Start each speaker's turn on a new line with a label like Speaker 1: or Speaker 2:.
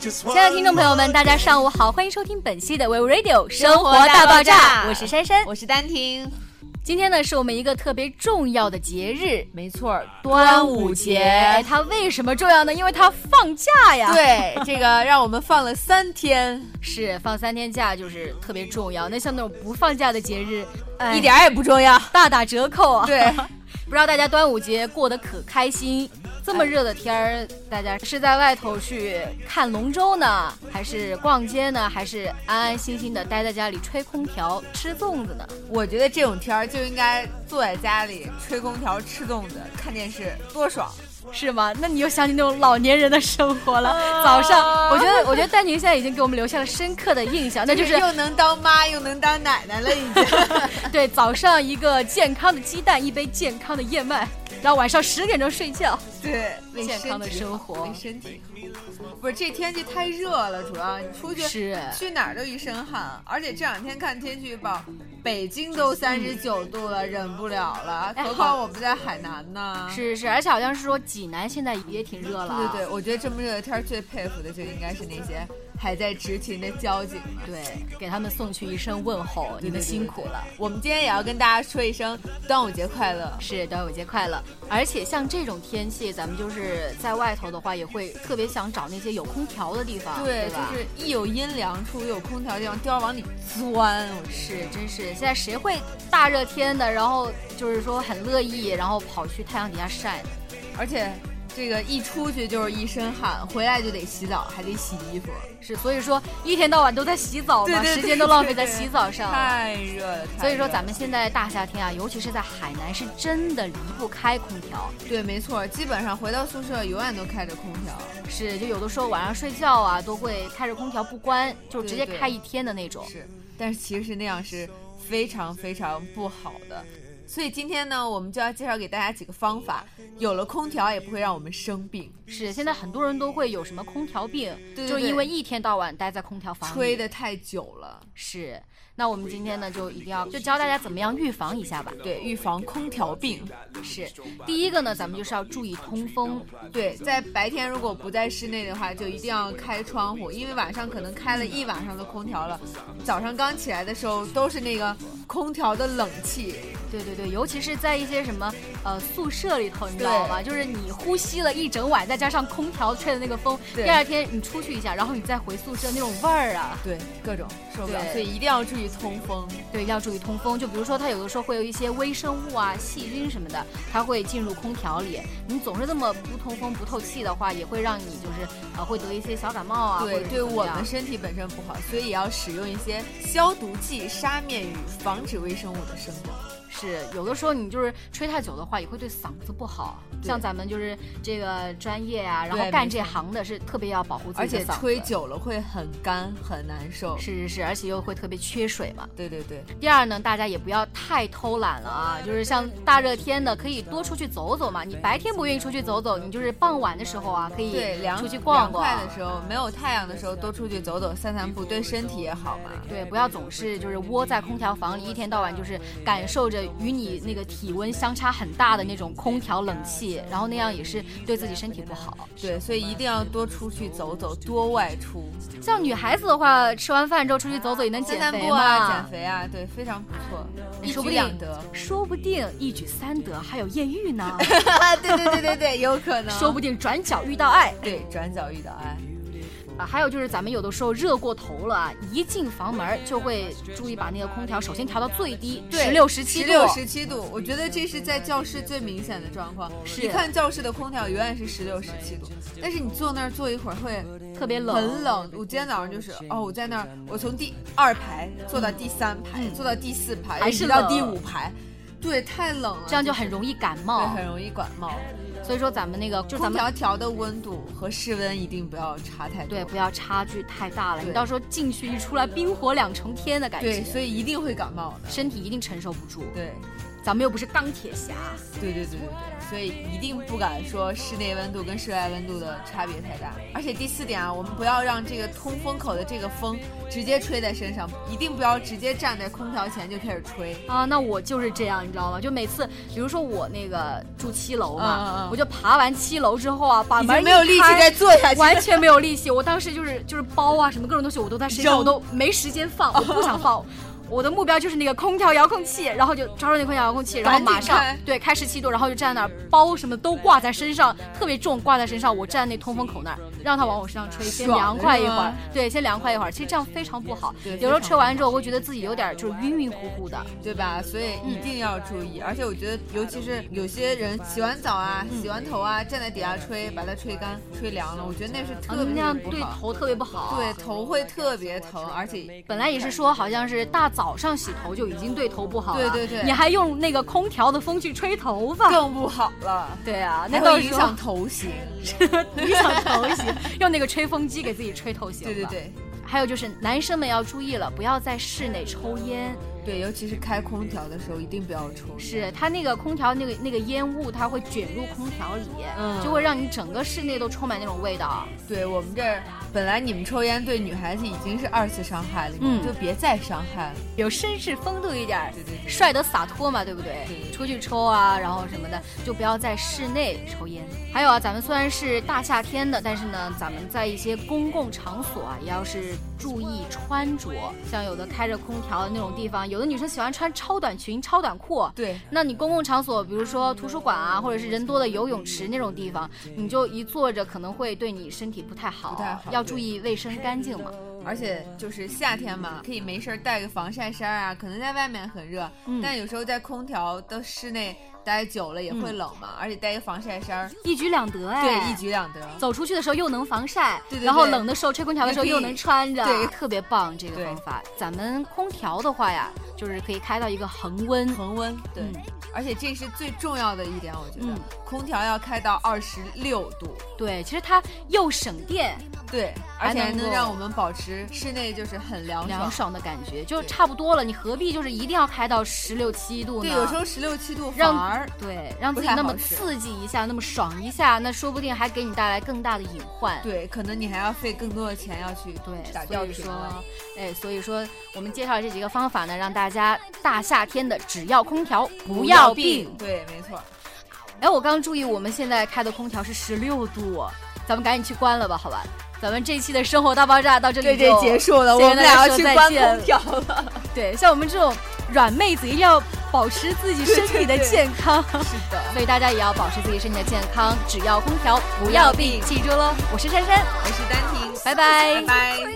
Speaker 1: 亲爱的听众朋友们，大家上午好，欢迎收听本期的 We Radio 生活大爆炸，我是珊珊。
Speaker 2: 我是丹婷，
Speaker 1: 今天呢，是我们一个特别重要的节日
Speaker 2: 没错，
Speaker 1: 端午节。哎它为什么重要呢？因为它放假呀。，
Speaker 2: 对， 这个让我们放了三天，
Speaker 1: 是放三天假，就是特别重要。那像那种不放假的节日，哎
Speaker 2: 一点儿也不重要。
Speaker 1: 大打折扣啊。
Speaker 2: 对，
Speaker 1: 不知道大家端午节过得可开心？这么热的天儿，大家是在外头去看龙舟呢，还是逛街呢，还是安安心心的待在家里吹空调、吃粽子呢？
Speaker 2: 我觉得这种天儿就应该坐在家里吹空调、吃粽子、看电视，多爽！
Speaker 1: 是吗？那你又想起那种老年人的生活了。
Speaker 2: 啊
Speaker 1: 早上，我觉得，我觉得丹宁现在已经给我们留下了深刻的印 象，那就是
Speaker 2: 又能当妈又能当奶奶了，已经。
Speaker 1: 对早上一个健康的鸡蛋，一杯健康的燕麦，然后晚上十点钟睡觉。
Speaker 2: 对，为
Speaker 1: 健康的
Speaker 2: 身体好
Speaker 1: 生活
Speaker 2: 为身体好。不是这天气太热了，主要你出去
Speaker 1: 是
Speaker 2: 去哪儿都一身汗，而且这两天看天气预报，北京都三十九度了，忍不了了，
Speaker 1: 哎
Speaker 2: 何
Speaker 1: 好
Speaker 2: 况我们在海南呢。
Speaker 1: 是是，而且好像是说济南现在也挺热了啊。
Speaker 2: 对对对，我觉得这么热的天儿，最佩服的就应该是那些还在执勤的交警们。
Speaker 1: 对，给他们送去一声问候，你
Speaker 2: 对
Speaker 1: 们
Speaker 2: 对
Speaker 1: 辛苦了。
Speaker 2: 我们今天也要跟大家说一声端午节快乐。
Speaker 1: 是端午节快乐！而且像这种天气，咱们就是在外头的话，也会特别想找那些有空调的地方，对
Speaker 2: 对，
Speaker 1: 吧？
Speaker 2: 就是一有阴凉处，又有空调地方，都要往里钻。我
Speaker 1: 是，真是现在谁会大热天的，然后就是说很乐意，然后跑去太阳底下晒呢？
Speaker 2: 而且这个一出去就是一身汗，回来就得洗澡，还得洗衣服，
Speaker 1: 是，所以说一天到晚都在洗澡嘛，
Speaker 2: 对对对
Speaker 1: 时间都浪费在
Speaker 2: 对对
Speaker 1: 洗澡上了。
Speaker 2: 太热了。
Speaker 1: 所以说，咱
Speaker 2: 们
Speaker 1: 们现在大夏天啊，尤其是在海南，是真的离不开空调。
Speaker 2: 对，没错，基本上回到宿舍永远都开着空调。
Speaker 1: 是，就有的时候晚上睡觉啊，都会开着空调不关，就直接
Speaker 2: 对对
Speaker 1: 开一天的那种。
Speaker 2: 是，但是其实那样是非常非常不好的。所以今天呢，我们就要介绍给大家几个方法，有了空调也不会让我们生病，
Speaker 1: 是，现在很多人都会有什么空调病，
Speaker 2: 对对
Speaker 1: 就是
Speaker 2: 对
Speaker 1: 因为一天到晚待在空调房里。
Speaker 2: 吹的太久了。
Speaker 1: 是，那我们今天呢，就一定要就教大家怎么样预防一下吧。
Speaker 2: 对，预防空调病。
Speaker 1: 是，第一个呢，咱们就是要注意通风。
Speaker 2: 对，在白天如果不在室内的话，就一定要开窗户，因为晚上可能开了一晚上的空调了，早上刚起来的时候都是那个空调的冷气。
Speaker 1: 对对对，尤其是在一些什么呃宿舍里头，你知道吗？就是你呼吸了一整晚，再加上空调吹的那个风，
Speaker 2: 对
Speaker 1: 第二天你出去一下，然后你再回宿舍那种味儿啊，
Speaker 2: 对，各种受不了，
Speaker 1: 对
Speaker 2: 所以一定要注意通风。
Speaker 1: 对，要注意通风。就比如说，它有的时候会有一些微生物啊、细菌什么的，它会进入空调里。你总是这么不通风、不透气的话，也会让你就是呃会得一些小感冒啊，或
Speaker 2: 对，
Speaker 1: 者是
Speaker 2: 对
Speaker 1: 怎么
Speaker 2: 我
Speaker 1: 样
Speaker 2: 们身体本身不好，所以也要使用一些消毒剂、杀灭语，防止微生物的生长。
Speaker 1: 是有的时候你就是吹太久的话，也会对嗓子不好。
Speaker 2: 对
Speaker 1: 像咱们就是这个专业啊，然后
Speaker 2: 对
Speaker 1: 干
Speaker 2: 没
Speaker 1: 这行的是特别要保护自
Speaker 2: 而
Speaker 1: 己
Speaker 2: 且
Speaker 1: 的嗓子，
Speaker 2: 吹久了会很干，很难受。
Speaker 1: 是是是，而且又会特别缺水嘛。
Speaker 2: 对对对，
Speaker 1: 第二呢，大家也不要太偷懒了啊，就是像大热天的，可以多出去走走嘛。你白天不愿意出去走走，你就是傍晚的时候啊，可以
Speaker 2: 对凉
Speaker 1: 出去逛啊逛。
Speaker 2: 凉快的时候，没有太阳的时候多出去走走、散散步，对身体也好嘛。
Speaker 1: 对，不要总是就是窝在空调房里，一天到晚就是感受着与你那个体温相差很大的那种空调冷气，然后那样也是对自己身体不好。
Speaker 2: 对，所以一定要多出去走走，多外出，
Speaker 1: 像女孩子的话，吃完饭之后出去走走也能
Speaker 2: 散
Speaker 1: 减
Speaker 2: 散
Speaker 1: 肥
Speaker 2: 步
Speaker 1: 嘛，
Speaker 2: 啊，减肥啊，对，非常不错，一
Speaker 1: 说
Speaker 2: 举
Speaker 1: 不
Speaker 2: 两
Speaker 1: 定
Speaker 2: 得。
Speaker 1: 说不定一举三得，还有艳遇呢，
Speaker 2: 对对对对对，有可能。
Speaker 1: 说不定转角遇到爱。
Speaker 2: 对，转角遇到爱。
Speaker 1: 啊，还有就是咱们有的时候热过头了啊，一进房门儿就会注意把那个空调首先调到最低，十六、十七度。
Speaker 2: 六、十七度，我觉得这是在教室最明显的状况。
Speaker 1: 是
Speaker 2: 你看教室的空调永远是十六、十七度，但是你坐那儿坐一会儿会
Speaker 1: 特别冷
Speaker 2: 很冷。我今天早上就是，哦，我在那儿，我从第二排坐到第三排，坐到第四排，
Speaker 1: 嗯还是
Speaker 2: 移到
Speaker 1: 冷
Speaker 2: 第五排，对，太冷了，
Speaker 1: 这样就很容易感
Speaker 2: 对，
Speaker 1: 冒，
Speaker 2: 很容易感冒。
Speaker 1: 所以说咱们那个就咱
Speaker 2: 空
Speaker 1: 们
Speaker 2: 调调的温度和室温一定不要差太多。
Speaker 1: 对不要差距太大了，你
Speaker 2: 对
Speaker 1: 到时候进去一出来冰火两重天的感
Speaker 2: 对
Speaker 1: 觉，
Speaker 2: 所以一定会感冒的。
Speaker 1: 身体一定承受不住。
Speaker 2: 对，
Speaker 1: 咱们又不是钢铁侠。
Speaker 2: 对对对对对，所以一定不敢说室内温度跟室外温度的差别太大。而且第四点啊，我们不要让这个通风口的这个风直接吹在身上，一定不要直接站在空调前就开始吹。
Speaker 1: 啊，那我就是这样，你知道吗？就每次，比如说我那个住七楼嘛，
Speaker 2: 嗯嗯嗯
Speaker 1: 我就爬完七楼之后啊，把
Speaker 2: 已
Speaker 1: 门
Speaker 2: 经
Speaker 1: 一
Speaker 2: 没有力气
Speaker 1: 开
Speaker 2: 再坐下 去了
Speaker 1: 完全没有力气。我当时就是就是包啊，什么各种东西我都在身上，
Speaker 2: 扔
Speaker 1: 我都没时间放，我不想 放。我的目标就是那个空调遥控器，然后就抓住那空调遥控器，然后
Speaker 2: 赶紧
Speaker 1: 马上
Speaker 2: 开
Speaker 1: 对开十七度，然后就站在那儿，包什么都挂在身上，特别重，挂在身上。我站那通风口那儿，让它往我身上吹，先
Speaker 2: 爽
Speaker 1: 凉快一
Speaker 2: 是
Speaker 1: 会
Speaker 2: 吗
Speaker 1: 儿。对，先凉快一会儿。其实这样非常不好
Speaker 2: 对，
Speaker 1: 有时候
Speaker 2: 非常
Speaker 1: 吹完之后，我会觉得自己有点儿就是晕晕乎乎的。
Speaker 2: 对吧？所以一定要注意。而且我觉得，尤其是有些人洗完澡啊、
Speaker 1: 嗯
Speaker 2: 洗完头啊，站在底下吹，把它吹干、吹凉了，我觉得那是
Speaker 1: 啊，
Speaker 2: 特别
Speaker 1: 那
Speaker 2: 特
Speaker 1: 样
Speaker 2: 别不
Speaker 1: 对
Speaker 2: 好。
Speaker 1: 头特别不好。
Speaker 2: 对，头会特别疼，而且
Speaker 1: 本来也是说好像是大早上洗头就已经对头不好了，
Speaker 2: 对对对
Speaker 1: 你还用那个空调的风去吹头发，
Speaker 2: 更不好了，
Speaker 1: 对啊，那
Speaker 2: 还
Speaker 1: 到
Speaker 2: 会
Speaker 1: 时
Speaker 2: 影
Speaker 1: 候
Speaker 2: 响头型。
Speaker 1: 影响头型，用那个吹风机给自己吹头型。
Speaker 2: 对对。对
Speaker 1: 还有就是男生们要注意了，不要在室内抽烟，
Speaker 2: 对，尤其是开空调的时候，一定不要抽。
Speaker 1: 是它那个空调那个那个烟雾，它会卷入空调里，
Speaker 2: 嗯
Speaker 1: 就会让你整个室内都充满那种味道。
Speaker 2: 对我们这儿，本来你们抽烟对女孩子已经是二次伤害了，你
Speaker 1: 嗯
Speaker 2: 们就别再伤害了。
Speaker 1: 有绅士风度一点儿
Speaker 2: 对对对
Speaker 1: 帅得洒脱嘛，对不对？
Speaker 2: 对
Speaker 1: 出去抽啊，然后什么的，就不要在室内抽烟。还有啊，咱们虽然是大夏天的，但是呢，咱们在一些公共场所啊，也要是注意穿着。像有的开着空调的那种地方，有的女生喜欢穿超短裙、超短裤。
Speaker 2: 对，
Speaker 1: 那你公共场所，比如说图书馆啊，或者是人多的游泳池那种地方，你就一坐着可能会对你身体不太好，
Speaker 2: 不太好
Speaker 1: 要
Speaker 2: 对
Speaker 1: 注意卫生干净嘛。
Speaker 2: 而且就是夏天嘛，可以没事儿带个防晒衫啊。可能在外面很热，
Speaker 1: 嗯
Speaker 2: 但有时候在空调的室内待久了也会冷嘛，而且带一个防晒衫儿，
Speaker 1: 一举两得嗯哎，
Speaker 2: 对，一举两得。
Speaker 1: 走出去的时候又能防晒，
Speaker 2: 对对对
Speaker 1: 然后冷的时候吹空调的时候又能穿着，
Speaker 2: 也可以对
Speaker 1: 特别棒这个
Speaker 2: 对
Speaker 1: 方法。咱们空调的话呀，就是可以开到一个恒温，
Speaker 2: 恒温，对，
Speaker 1: 嗯
Speaker 2: 而且这是最重要的一点，我觉得、
Speaker 1: 嗯
Speaker 2: 空调要开到二十六度，
Speaker 1: 对，其实它又省电，
Speaker 2: 对，而且
Speaker 1: 还
Speaker 2: 还
Speaker 1: 能
Speaker 2: 能
Speaker 1: 够
Speaker 2: 让我们保持室内就是很凉爽。
Speaker 1: 凉爽的感觉就差不多了。你何必就是一定要开到十六七度呢？
Speaker 2: 对，有时候十六七度反
Speaker 1: 让
Speaker 2: 而
Speaker 1: 对让自己
Speaker 2: 不太
Speaker 1: 那
Speaker 2: 好
Speaker 1: 么
Speaker 2: 使
Speaker 1: 刺激一下，那么爽一下，那说不定还给你带来更大的隐患。
Speaker 2: 对，可能你还要费更多的钱要去打
Speaker 1: 对，
Speaker 2: 吊
Speaker 1: 所以
Speaker 2: 瓶
Speaker 1: 说
Speaker 2: 了。，
Speaker 1: 哎，所以说我们介绍这几个方法呢，让大家大夏天的只要空调不要病。
Speaker 2: 对，没错。
Speaker 1: 哎，我刚注意，我们现在开的空调是十六度，咱们赶紧去关了吧，好吧？咱们这一期的生活大爆炸到这里
Speaker 2: 这这
Speaker 1: 就
Speaker 2: 结束了，
Speaker 1: 先
Speaker 2: 我
Speaker 1: 跟大
Speaker 2: 们
Speaker 1: 家
Speaker 2: 俩
Speaker 1: 说
Speaker 2: 要去
Speaker 1: 再
Speaker 2: 关
Speaker 1: 见
Speaker 2: 空调了。
Speaker 1: 对，像我们这种软妹子一定要保持自己身体的
Speaker 2: 对对对
Speaker 1: 健康，
Speaker 2: 是的。
Speaker 1: 所以大家也要保持自己身体的健康，只要空调不要
Speaker 2: 不要
Speaker 1: 病，
Speaker 2: 病
Speaker 1: 记住喽！我是珊珊，
Speaker 2: 我是丹婷，
Speaker 1: 拜拜
Speaker 2: 拜拜。